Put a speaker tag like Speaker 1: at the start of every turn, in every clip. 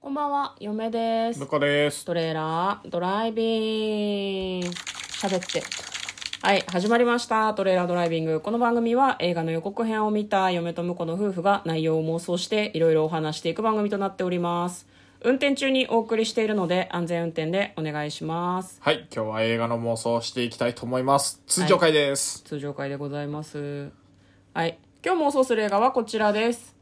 Speaker 1: こんばんは、嫁です
Speaker 2: 向。こうです。
Speaker 1: トレーラードライビング。喋って。はい、始まりました。トレーラードライビング。この番組は映画の予告編を見た嫁と婿の夫婦が内容を妄想していろいろお話していく番組となっております。運転中にお送りしているので安全運転でお願いします。
Speaker 2: はい、今日は映画の妄想をしていきたいと思います。通常回です。
Speaker 1: 通常会でございます。はい、今日妄想する映画はこちらです。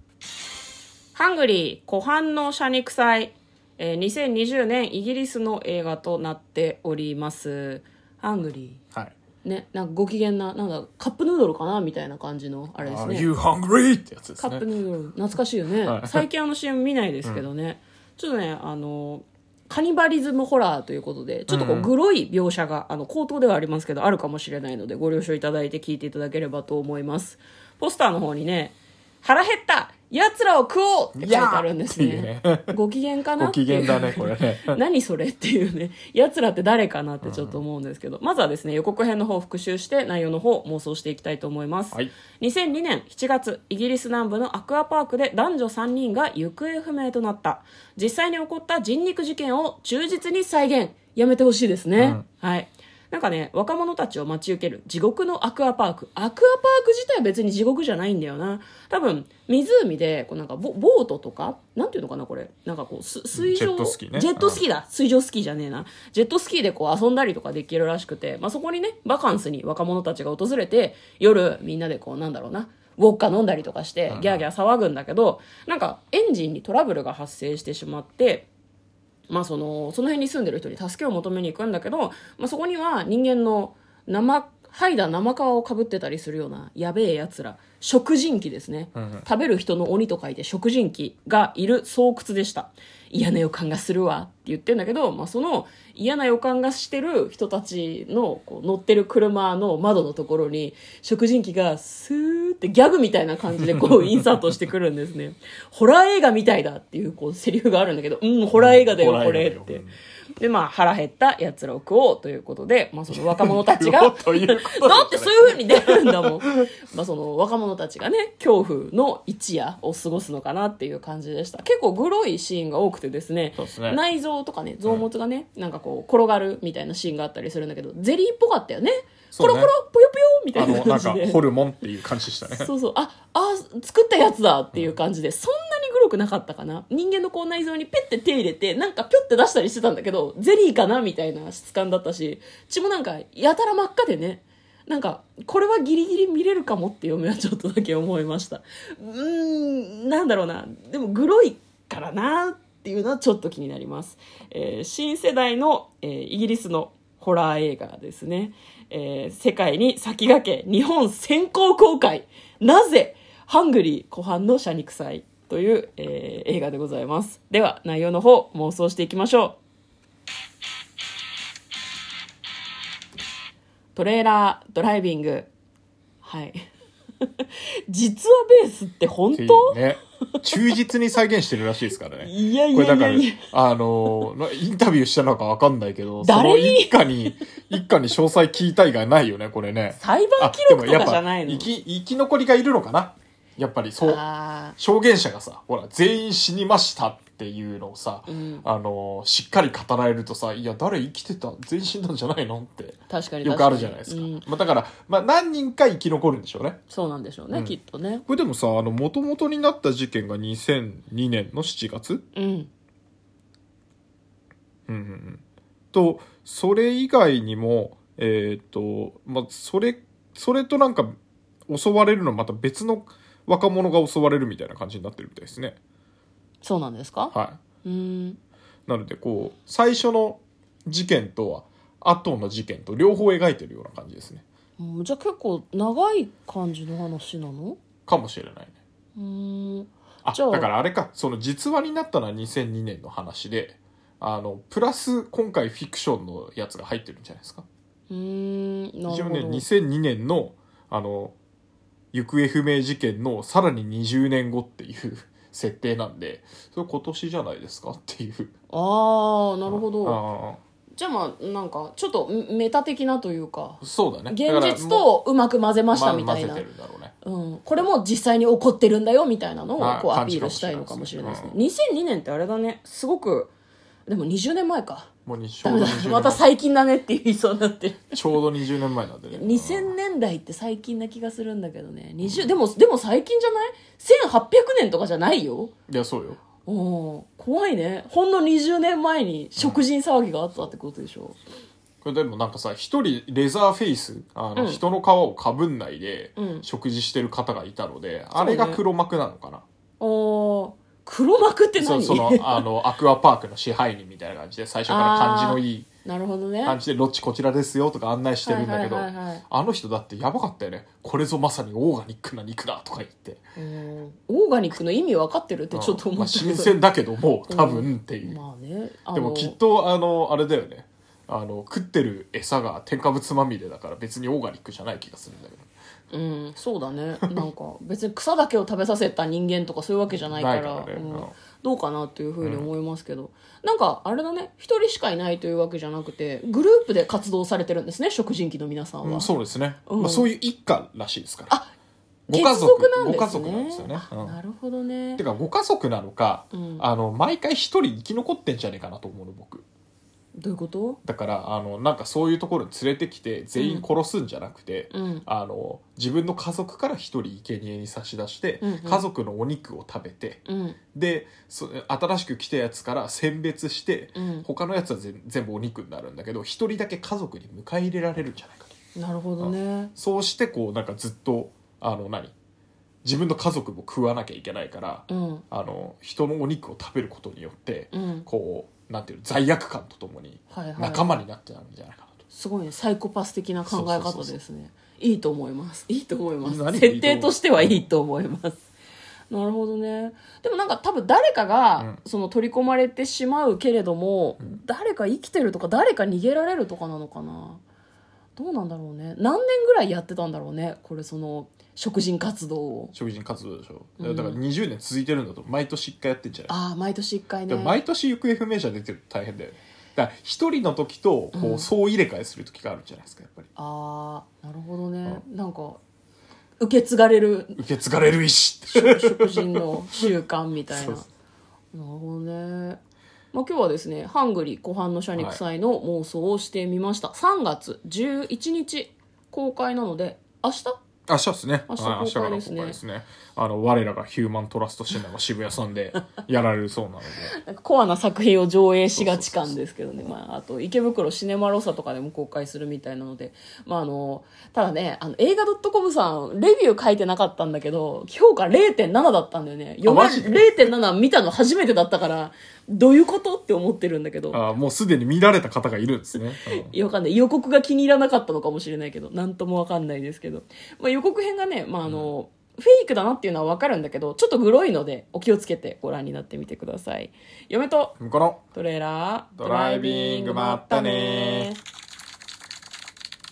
Speaker 1: ハングリー湖畔の謝肉祭、えー2020年イギリスの映画となっておりますハングリ
Speaker 2: はい。
Speaker 1: ーねなんかご機嫌ななんだカップヌードルかなみたいな感じのあれです
Speaker 2: Are
Speaker 1: ね
Speaker 2: you hungry? ってやつで
Speaker 1: カ
Speaker 2: す
Speaker 1: ップ
Speaker 2: ね。
Speaker 1: ヌードル懐かしいよね、
Speaker 2: はい
Speaker 1: 最近あの CM 見ないですけどね、ちょっとねあのカニバリズムホラーということでちょっとこうグロい描写が、あの口頭ではありますけどあるかもしれないのでご了承いただいて聞いていただければと思いますポスターの方にね「腹減ったやつらを食おう!」って書いてあるんです
Speaker 2: いや
Speaker 1: ね
Speaker 2: ーって
Speaker 1: ご機嫌かな
Speaker 2: ご
Speaker 1: ってい
Speaker 2: 機
Speaker 1: う
Speaker 2: 嫌だね、これね。
Speaker 1: 何それっていうね奴らって誰かなってちょっと思うんですけど、まずはですね予告編の方を復習して内容の方を妄想していきたいと思います、
Speaker 2: はい
Speaker 1: 2002年7月イギリス南部のアクアパークで男女3人が行方不明となった実際に起こった人肉事件を忠実に再現やめてほしいですね、はいなんかね若者たちを待ち受ける地獄のアクアパークアクアパーク自体は別に地獄じゃないんだよな多分湖でこうなんかボボートとかなんていうのかなこれなんかこうす水上
Speaker 2: ジェットスキーね
Speaker 1: ジェットスキースキーだ水上スキーじゃねえなジェットスキーでこう遊んだりとかできるらしくて、まあ、そこにねバカンスに若者たちが訪れて夜みんなでこうなんだろうなウォッカ飲んだりとかしてギャーギャー騒ぐんだけどなんかエンジンにトラブルが発生してしまって。まあ、そのその辺に住んでる人に助けを求めに行くんだけど、まあ、そこには人間の生剥いだ生皮をかぶってたりするようなやべえやつら食人鬼ですね、食べる人の鬼と書いて食人鬼がいる巣窟でした嫌な予感がするわって言ってんだけど、まあ、その嫌な予感がしてる人たちのこう乗ってる車の窓のところに食人鬼がスーってギャグみたいな感じでこうインサートしてくるんですねホラー映画みたいだっていうこうセリフがあるんだけどうんホラー映画だよ
Speaker 2: ホラー
Speaker 1: こ
Speaker 2: 映画だ
Speaker 1: れ
Speaker 2: よ
Speaker 1: ってでまあ腹減ったやつらを食おうということで、まあ、その若者たちが
Speaker 2: 食おうということ
Speaker 1: だってそういう風に出るんだもんまあその若者たちがね恐怖の一夜を過ごすのかなっていう感じでした結構グロいシーンが多くてですね
Speaker 2: そうですね
Speaker 1: 内臓とかね臓物がね、なんかこう転がるみたいなシーンがあったりするんだけどゼリーっぽかったよね
Speaker 2: そ
Speaker 1: コ
Speaker 2: う
Speaker 1: ロ
Speaker 2: ね
Speaker 1: コロぷよぷよみた
Speaker 2: あ
Speaker 1: いな
Speaker 2: の、な
Speaker 1: 感
Speaker 2: ん
Speaker 1: じ
Speaker 2: か
Speaker 1: で、
Speaker 2: ホルモンっていう感じでしたね。
Speaker 1: そうそうああ作ったやつだっていう感じで、そんなにグロくなかったかな人間のこう内臓にペッて手入れてなんかピョって出したりしてたんだけどゼリーかなみたいな質感だったし血もなんかやたら真っ赤でねなんかこれはギリギリ見れるかもって嫁はちょっとだけ思いましたうーんなんだろうなでもグロいからなっていうのはちょっと気になります、えー新世代の、えーイギリスのホラー映画ですね、えー世界に先駆け日本先行公開なぜハングリー湖畔の謝肉祭という、えー映画でございますでは内容の方妄想していきましょうトレーラードライビングはい 実はベースって本
Speaker 2: ってい
Speaker 1: 当
Speaker 2: うね。忠実に再現してるらしいですからね。
Speaker 1: いやい
Speaker 2: これ
Speaker 1: や
Speaker 2: だ
Speaker 1: いや
Speaker 2: から
Speaker 1: いや、
Speaker 2: あの、なインタビューしたのかわかんないけど、その
Speaker 1: 誰に
Speaker 2: 一家に、一家に詳細聞いた以外ないよね、これね。
Speaker 1: 裁判
Speaker 2: あ
Speaker 1: 記、
Speaker 2: でも
Speaker 1: 録と
Speaker 2: やっ
Speaker 1: かじ
Speaker 2: ぱ
Speaker 1: ゃない、の
Speaker 2: 生き、生き残りがいるのかなやっぱりそう。
Speaker 1: あ
Speaker 2: 証言者がさ、ほら、全員死にましたっていうのをさ、
Speaker 1: ーうん
Speaker 2: あの、しっかり語られるとさ、いや、誰生きてた全員死んだんじゃないのって、
Speaker 1: 確かに確かに
Speaker 2: よくあるじゃないですか。
Speaker 1: うん
Speaker 2: まあ、だから、まあ、何人か生き残るんでしょうね。
Speaker 1: そうなんでしょうね、
Speaker 2: うん
Speaker 1: きっとね
Speaker 2: これでもさ、あの、元々になった事件が2002年の7月
Speaker 1: うん
Speaker 2: うんうんうん。と、それ以外にも、えっ、と、まあ、それ、それとなんか、襲われるのまた別の若者が襲われるみたいな感じになってるみたいですね。
Speaker 1: そうなんですか
Speaker 2: はい。
Speaker 1: うーん
Speaker 2: なのでこう最初の事件とは後の事件と両方描いてるような感じですね
Speaker 1: うんじゃあ結構長い感じの話なの
Speaker 2: かもしれないね
Speaker 1: うーん
Speaker 2: あ
Speaker 1: じゃあ
Speaker 2: だからあれかその実話になったのは2002年の話であのプラス今回フィクションのやつが入ってるんじゃないですか
Speaker 1: うーんな
Speaker 2: 一
Speaker 1: る
Speaker 2: 応
Speaker 1: ほ
Speaker 2: ね
Speaker 1: ど、
Speaker 2: 2002年のあの行方不明事件のさらに20年後っていう設定なんでそれ今年じゃないですかっていう
Speaker 1: ああなるほど
Speaker 2: あ
Speaker 1: じゃあまあなんかちょっとんメタ的なというか
Speaker 2: そうだね
Speaker 1: 現
Speaker 2: だから
Speaker 1: 実
Speaker 2: もう
Speaker 1: とうまく混ぜましたみたい
Speaker 2: ま
Speaker 1: な、
Speaker 2: 混ぜてるんだろうね
Speaker 1: うん、これも実際に起こってるんだよみたいなの
Speaker 2: は
Speaker 1: を
Speaker 2: い
Speaker 1: こうア
Speaker 2: 感
Speaker 1: ピ
Speaker 2: じ
Speaker 1: ー
Speaker 2: か
Speaker 1: ル
Speaker 2: も
Speaker 1: し
Speaker 2: したれ
Speaker 1: いの
Speaker 2: ないです
Speaker 1: か
Speaker 2: ね
Speaker 1: もしれないですね、2002年ってあれだねすごくでも20年前か
Speaker 2: もうにち
Speaker 1: ダ
Speaker 2: ょう
Speaker 1: メ
Speaker 2: ど
Speaker 1: だ
Speaker 2: 20年
Speaker 1: また最近だねって言いそうになってる
Speaker 2: ちょうど20年前なんでね
Speaker 1: 2000年代って最近な気がするんだけどね20でもでも最近じゃない1800年とかじゃないよ
Speaker 2: いやそうよ
Speaker 1: おー怖いねほんの20年前に食人騒ぎがあったってことでしょ、
Speaker 2: これでもなんかさ一人レザーフェイスあの、
Speaker 1: うん
Speaker 2: 人の皮をかぶんないで
Speaker 1: うん
Speaker 2: 食事してる方がいたので、あれが黒幕なのかな
Speaker 1: う黒幕って
Speaker 2: そう
Speaker 1: 何
Speaker 2: そのあのアクアパークの支配人みたいな感じで最初から感じのいい
Speaker 1: なるほどね
Speaker 2: 感じで「ロッチこちらですよ」とか案内してるんだけど、
Speaker 1: はいはいはいはい
Speaker 2: あの人だってやばかったよねこれぞまさにオーガニックな肉だとか言って
Speaker 1: うんオーガニックの意味分かってるってちょっと
Speaker 2: うん
Speaker 1: 思
Speaker 2: まあ、
Speaker 1: ったけ
Speaker 2: 新
Speaker 1: ど
Speaker 2: 鮮だけども多分っていう、
Speaker 1: まあねあの
Speaker 2: でもきっとあのあれだよねあの食ってる餌が添加物まみれだから別にオーガニックじゃない気がするんだけど
Speaker 1: うんそうだねなんか別に草だけを食べさせた人間とかそういうわけじゃないから
Speaker 2: ないから
Speaker 1: う
Speaker 2: ねうん
Speaker 1: んどうかなっていうふうに思いますけど、なんかあれだね一人しかいないというわけじゃなくてグループで活動されてるんですね食人鬼の皆さんは、
Speaker 2: うん、そうですね、
Speaker 1: うん
Speaker 2: まあ、そういう一家らしいですから
Speaker 1: あ
Speaker 2: ご家族
Speaker 1: 結なんですね
Speaker 2: ご家族なんですよね、うん
Speaker 1: なるほどね
Speaker 2: てかご家族なのか、
Speaker 1: うん
Speaker 2: あの毎回一人生き残ってんじゃねえかなと思うの僕
Speaker 1: どういうこと
Speaker 2: だからあのなんかそういうところに連れてきて全員殺すんじゃなくて、
Speaker 1: うん
Speaker 2: あの自分の家族から一人生贄に差し出して、
Speaker 1: うんうん
Speaker 2: 家族のお肉を食べて
Speaker 1: うん
Speaker 2: でそ新しく来たやつから選別して、
Speaker 1: うん
Speaker 2: 他のやつは全全部お肉になるんだけど一人だけ家族に迎え入れられるんじゃないかと
Speaker 1: なるほどね
Speaker 2: そうしてこうなんかずっとあの何自分の家族も食わなきゃいけないから、
Speaker 1: うん
Speaker 2: あの人のお肉を食べることによって、
Speaker 1: うん
Speaker 2: こうなんていうの罪悪感とともに
Speaker 1: はいはい
Speaker 2: 仲間になってなるんじゃないかなと。
Speaker 1: すごいねサイコパス的な考え方
Speaker 2: そうそうそう
Speaker 1: ですねいいと思います いいと思います
Speaker 2: 何がいいと思う
Speaker 1: 設定としてはいいと思いますなるほどねでもなんか多分誰かが、
Speaker 2: うん
Speaker 1: その取り込まれてしまうけれども、
Speaker 2: うん
Speaker 1: 誰か生きてるとか誰か逃げられるとかなのかなどうなんだろうね何年ぐらいやってたんだろうねこれその食人活動を
Speaker 2: 食人活動でしょ、
Speaker 1: うん
Speaker 2: だから20年続いてるんだと毎年1回やってんじゃない、
Speaker 1: ああ毎年1回ね
Speaker 2: でも毎年行方不明者出てると大変だよねだから一人の時とこ
Speaker 1: うん
Speaker 2: う総入れ替えする時があるんじゃないですかやっぱり
Speaker 1: ああなるほどね、なんか受け継がれる
Speaker 2: 受け継がれる意志っ
Speaker 1: 食
Speaker 2: て
Speaker 1: 食人の習慣みたいな。
Speaker 2: そう
Speaker 1: な
Speaker 2: そ
Speaker 1: るほどね。まあ、今日はですね、ハングリー湖畔の社肉祭の妄想をしてみました。3月11日公開なので、明日
Speaker 2: 明日ですね
Speaker 1: 明日
Speaker 2: はい
Speaker 1: 公開ですね
Speaker 2: 明日から公開ですねあの我らがヒューマントラスト診断が渋谷さんでやられるそうなの で
Speaker 1: なんかコアな作品を上映しがち感ですけどね。まあ、あと、池袋シネマロサとかでも公開するみたいなので。まあ、あの、ただね、あの、映画 .com さん、レビュー書いてなかったんだけど、評価0.7だったんだよね。読ま
Speaker 2: マジで
Speaker 1: 0.7見たの初めてだったから、どういうことって思ってるんだけど。
Speaker 2: あもうすでに見られた方がいるんですね、うん
Speaker 1: いやわかんない予告が気に入らなかったのかもしれないけどなんともわかんないですけど、まあ、予告編がね、まああのフェイクだなっていうのはわかるんだけどちょっとグロいのでお気をつけてご覧になってみてください嫁と
Speaker 2: 向こうの
Speaker 1: トレーラード
Speaker 2: ドライビングまったねー